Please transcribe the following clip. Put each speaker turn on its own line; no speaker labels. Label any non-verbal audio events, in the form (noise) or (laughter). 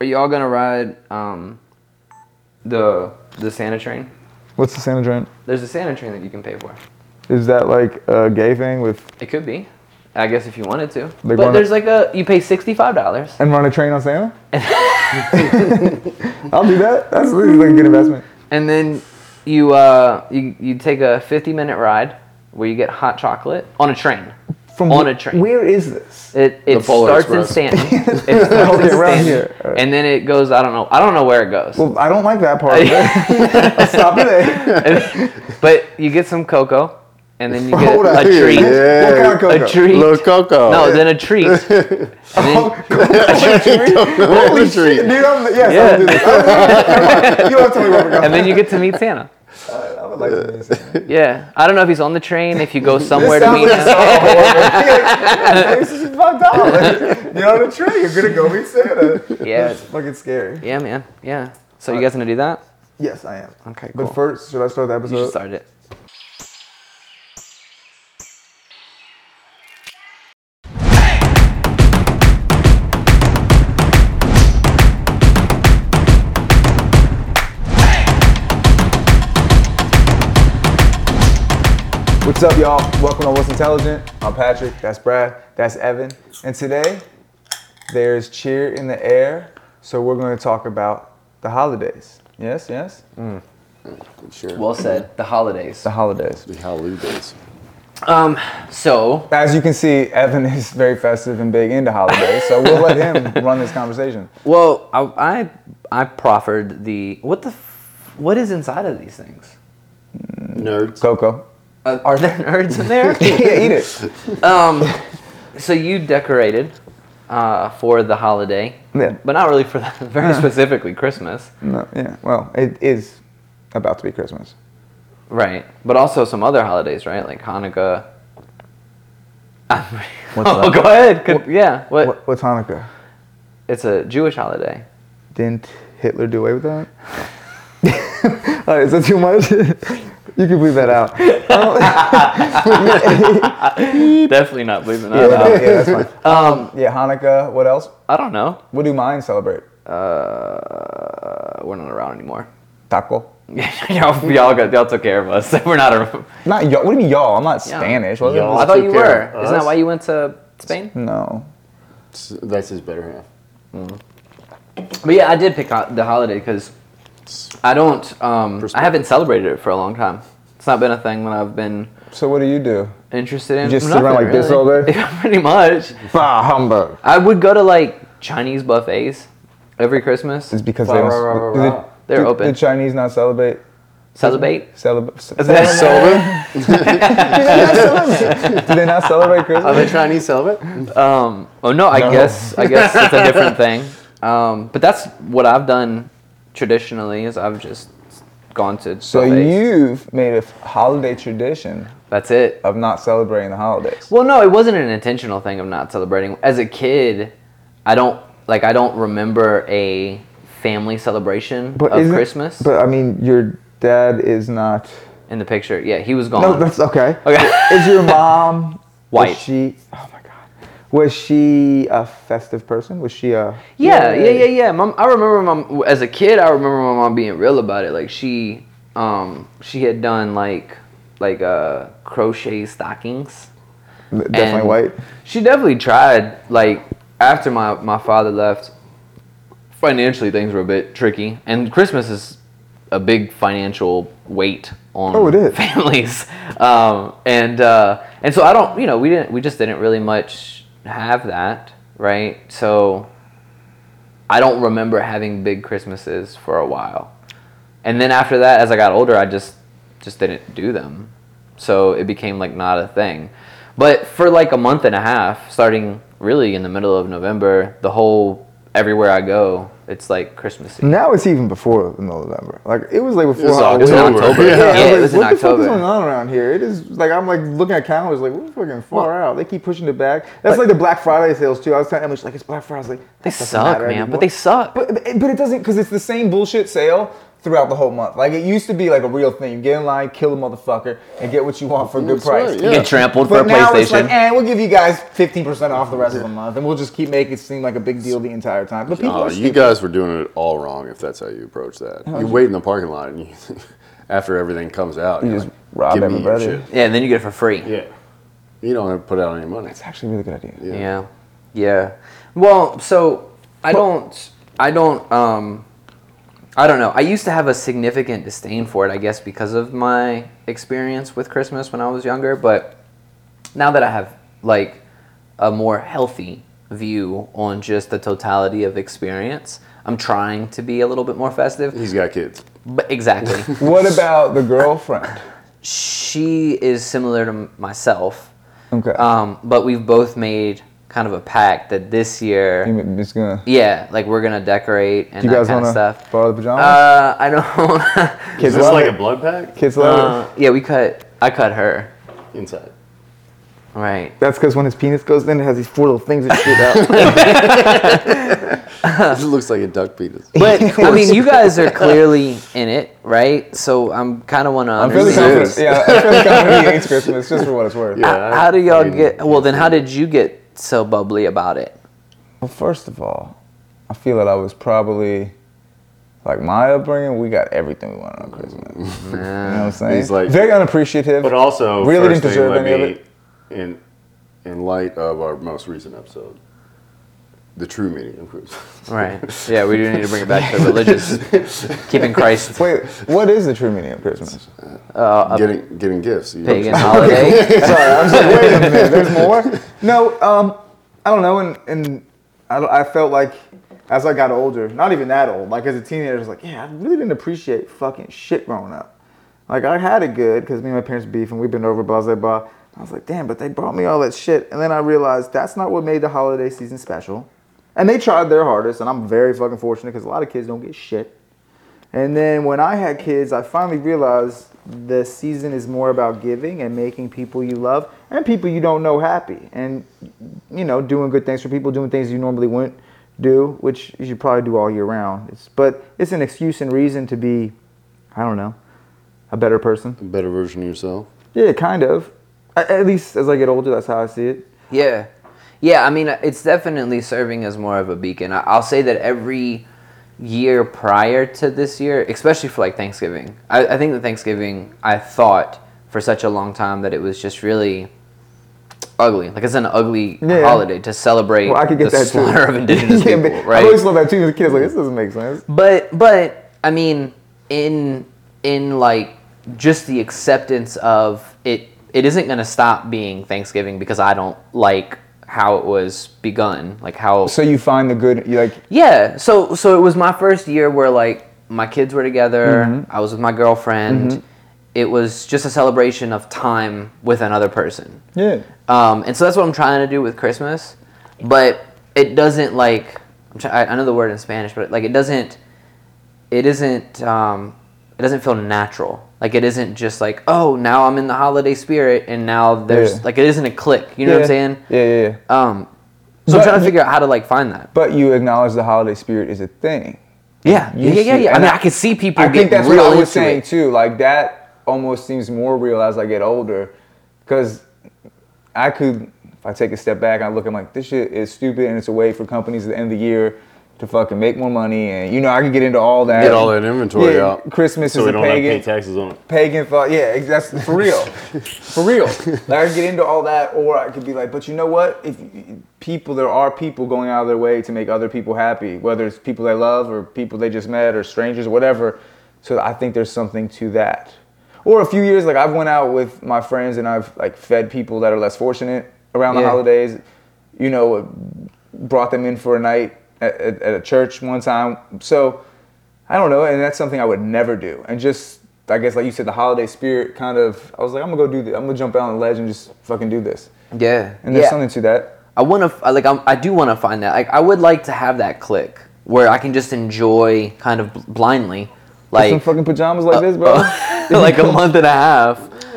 Are y'all gonna ride um, the the Santa train?
What's the Santa Joint?
There's a Santa train that you can pay for.
Is that like a gay thing with
It could be, I guess, if you wanted to.
They
but
wanna-
there's like a you pay sixty five dollars.
and run a train on Santa? I'll do that. That's really like a good investment.
and then you uh you you take a 50 minute ride where you get hot chocolate on a train
From
on
wh-
a train
Where is this?
it it
Polar
starts in
Express.
Stanton
(laughs)
it starts in
Okay, around
Stanton
here. All right.
and then it goes I don't know I don't know where it goes
Well, (laughs) I don't like that part. Of it. I'll stop today.
(laughs) but you get some cocoa and then you get
Hold
a
on.
treat
Yeah.
What kind of cocoa?
a
(laughs)
treat
Little Coco.
no then a treat and
Oh,
then,
Holy
Dude,
treat.
I'm, yes,
Yeah.
I'll do this. I don't- you don't have to tell me where we're going.
and then you get to meet Santa
I would like to do this.
(laughs) yeah I don't know if he's on the train if you go somewhere to
sounds
meet
like
him
(laughs) This is fucked up. (laughs) You're on a train. You're gonna go meet Santa.
yeah
That's fucking scary.
yeah man yeah so you guys gonna do that
Yes, I am.
Okay,
But
cool.
first, should I start the
you
episode?
should start it
What's up, y'all? Welcome to What's Intelligent. I'm Patrick. That's Brad. That's Evan. And today, there's cheer in the air. So we're going to talk about the holidays. Yes, yes.
Sure.
well said the holidays
The holidays.
The holidays.
Um, so
As you can see, Evan is very festive and big into holidays. So we'll
(laughs)
let him run this conversation.
well, I I, I proffered the what the f- what is inside of these things?
Nerds.
Coco.
Uh, are there (laughs) nerds in there?
yeah, (laughs) eat it.
um, so you decorated uh, for the holiday,
Yeah.
but not really for that. (laughs) Very specifically Christmas,
No, yeah. Well, it is about to be Christmas.
right? But also some other holidays, right? Like Hanukkah.
What's
oh,
that?
go ahead. Could, yeah, what?
What, what's Hanukkah?
It's a Jewish holiday.
Didn't Hitler do away with that? (laughs) All right, is that too much? (laughs) you can leave that (laughs) out. Um,
Definitely not believing that.
yeah, that's (laughs) fine. Um, yeah, Hanukkah. What else?
I don't know.
What do mine celebrate?
Uh, we're not around anymore. (laughs)
Taco.
y'all, y'all, got, y'all took care of us. (laughs) We're not. A,
Not y'all. What do you mean y'all? I'm not
Yeah.
Spanish. What
Y'all.
I
y'all.
thought
took
you
care
were.
of
Isn't that
us.
why you went to Spain?
No.
That's his better half.
But yeah, I did pick out the holiday because I don't. Um, I
Perspective.
haven't celebrated it for a long time. It's not been a thing that I've been
So what do you do?
interested in.
You just sit
Nothing
around like this
really.
all day?
(laughs) Yeah, pretty much.
Bah humbug.
I would go to like Chinese buffets every Christmas.
It's because
Rah,
they don't.
rah, rah,
do
rah,
the-
rah.
They're
do
open.
The Chinese not celebrate.
Celebrate.
(laughs) Celebrate.
that
celebrate? do they not celebrate
Are
Christmas?
they trying to celebrate?
Um, oh no, I
No.
guess I guess
(laughs)
it's a different thing. Um, but that's what I've done traditionally is I've just gone to
So
buffets.
you've made a f- holiday tradition
That's it.
of not celebrating the holidays.
Well, no, it wasn't an intentional thing of not celebrating. As a kid, I don't like I don't remember a family celebration of
isn't-
Christmas
But I mean, your dad is not.
in the picture. Yeah, he was gone.
No, that's okay.
Okay. (laughs)
Is your mom
White.
Was she? Oh my god. Was she a festive person? Was she a?
yeah, yeah, yeah, yeah. Mom, I remember mom as a kid. I remember my mom being real about it. Like she, um, she had done like like uh crochet stockings.
Definitely
And
white.
She definitely tried. Like after my my father left, financially things were a bit tricky, and Christmas is a big financial weight on
Oh, it is.
(laughs) families. Um, and uh, and so I don't, you know, we didn't, we just didn't really much have that, right? So I don't remember having big Christmases for a while. And then after that, as I got older, I just just didn't do them. So it became like not a thing. But for like a month and a half, starting really in the middle of November, the whole everywhere I go, it's like Christmassy.
Now it's even before the middle of November. Like it was like before.
It's
Halloween.
It was in
October.
October.
Yeah.
Yeah,
I
it
was
was in
like, what the fuck is going
October.
on around here? It is like I'm like looking at calendars, like we're fucking far out. They keep pushing it back. That's like the Black Friday sales too. I was telling Emily, she's like it's Black Friday. I was like,
They
that doesn't
suck,
matter
man.
anymore.
But they suck.
But but it doesn't because it's the same bullshit sale throughout the whole month. Like it used to be like a real thing. You get in line, kill a motherfucker, and get what you want for a good
That's right,
price.
yeah.
Get trampled for
But
a
now
PlayStation.
it's like, eh, we'll give you guys 15% off the rest of the month, and we'll just keep making it seem like a big deal the entire time. But people
Oh,
are
you
stupid.
guys were doing it all wrong if that's how you approach that. You wait in the parking lot and you, (laughs) after everything comes out, you
just rob
give me your
everybody."
shit."
yeah, and then you get it for free.
Yeah. You don't have to put out any money.
It's actually a really good idea.
Yeah.
Yeah. Yeah. Well, so I don't I don't um I don't know. I used to have a significant disdain for it, I guess, because of my experience with Christmas when I was younger, but now that I have like a more healthy view on just the totality of experience, I'm trying to be a little bit more festive.
He's got kids.
But exactly.
What about the
(laughs)
girlfriend?
she is similar to m- myself.
Okay.
Um, but we've both made kind of a pact that this year
I'm just gonna.
Yeah, like we're gonna decorate and
You
that
guys
kind
wanna
of stuff.
borrow the pajamas?
Uh, I
(laughs)
don't. (laughs)
Kids
Is this
love
like
it.
a blood pack?
Kids love it.
uh, yeah, we cut. I cut her.
Inside.
(laughs)
Right.
That's because when his penis goes in, it has these four little things that shoot out.
(laughs) It looks like a duck penis.
But I mean, you guys are clearly in it, right? So I'm kind of want to
I'm fairly
This is-
understand.
confident. Yeah, I'm fairly confident he (laughs) hates Christmas, just for what it's worth.
Yeah.
H- How do y'all
I-
get? Well, then how did you get so bubbly about it?
Well, first of all, I feel that I was probably like my upbringing. We got everything we wanted on
(laughs)
Christmas. You know what I'm saying?
He's like-
very unappreciative.
But also,
really
first
didn't deserve
thing, let
any of
me-
it.
In, in light of our most recent episode, the true meaning of Christmas.
Right. (laughs) Yeah, we do need to bring it back (laughs) to religious,
(laughs)
keeping Christ uh,
Wait, what is the true meaning of Christmas?
a
getting getting gifts. You
(laughs)
pagan
know what
holiday.
Sorry, I was like, wait a minute, (laughs) there's more? No, um, I don't know, and, and I, don't- I felt like as I got older, not even that old, like as a teenager, I was like, yeah, I really didn't appreciate fucking shit growing up. Like I had it good because me and my parents beef and we've been over blah blah blah. I was like, damn, but they brought me all that shit, and then I realized that's not what made the holiday season special. And they tried their hardest, and I'm very fucking fortunate because a lot of kids don't get shit. And then when I had kids, I finally realized the season is more about giving and making people you love and people you don't know happy and you know doing good things for people, doing things you normally wouldn't do, which you should probably do all year round. It's, but it's an excuse and reason to be, I don't know, a better person.
I mean? Better version of yourself.
Yeah, kind of. A- At least as I get older, that's how I see it.
Yeah, yeah. I mean, it's definitely serving as more of a beacon. I- I'll say that every year prior to this year, especially for like Thanksgiving, I, I think that Thanksgiving I thought for such a long time that it was just really ugly. Like it's an ugly
Yeah.
holiday to celebrate
Well, I could get
the
that too.
slaughter of indigenous
(laughs) Yeah,
people,
but
right?
I always love that too. The kids like this doesn't make sense.
But but I mean, in in like just the acceptance of it, it isn't going to stop being Thanksgiving because I don't like how it was begun, like how.
So you find the good, you like
yeah, so so it was my first year where like my kids were together. I was with my girlfriend. It was just a celebration of time with another person.
yeah.
Um, and so that's what I'm trying to do with Christmas, but it doesn't like I'm try- I I know the word in Spanish, but like it doesn't it isn't um, it doesn't feel natural. Like it isn't just like oh now I'm in the holiday spirit and now there's
Yeah.
like it isn't a click. You know what I'm
Yeah.
saying?
Yeah, yeah, yeah.
Um, so
But-
I'm trying to figure out how to like find that.
But you acknowledge the holiday spirit is a thing.
Yeah,
You
yeah, yeah, yeah.
should-
I
and
mean,
I-
I can see people
I
get
think that's what
real
I was
into
saying
it.
too. Like that almost seems more real as I get older, because I could, if I take a step back, I look, I'm like, this shit is stupid, and it's a way for companies at the end of the year to fucking make more money, and you know, I could get into all that.
Get all that inventory
Yeah,
out.
Christmas
so
is
we
a
don't have to pay
pagan
taxes on it.
pagan thought. Yeah, ex- that's for real, for real. Like I could get into all that, or I could be like, but you know what? If people, there are people going out of their way to make other people happy, whether it's people they love or people they just met or strangers, whatever. So I think there's something to that. Or a few years, like I've went out with my friends and I've like fed people that are less fortunate around the
Yeah.
holidays. You know, brought them in for a night at, at, at a church one time. So I don't know, and that's something I would never do. And just I guess like you said, the holiday spirit kind of. I was like, I'm gonna go do this. I'm gonna jump out on the ledge and just fucking do this.
Yeah,
And there's
yeah.
something to that.
I want to like I'm, I do want to find that. Like I would like to have that click where I can just enjoy kind of bl- blindly,
Some
like uh, (laughs)
(laughs) fucking pajamas like this, bro.
like a month and a half.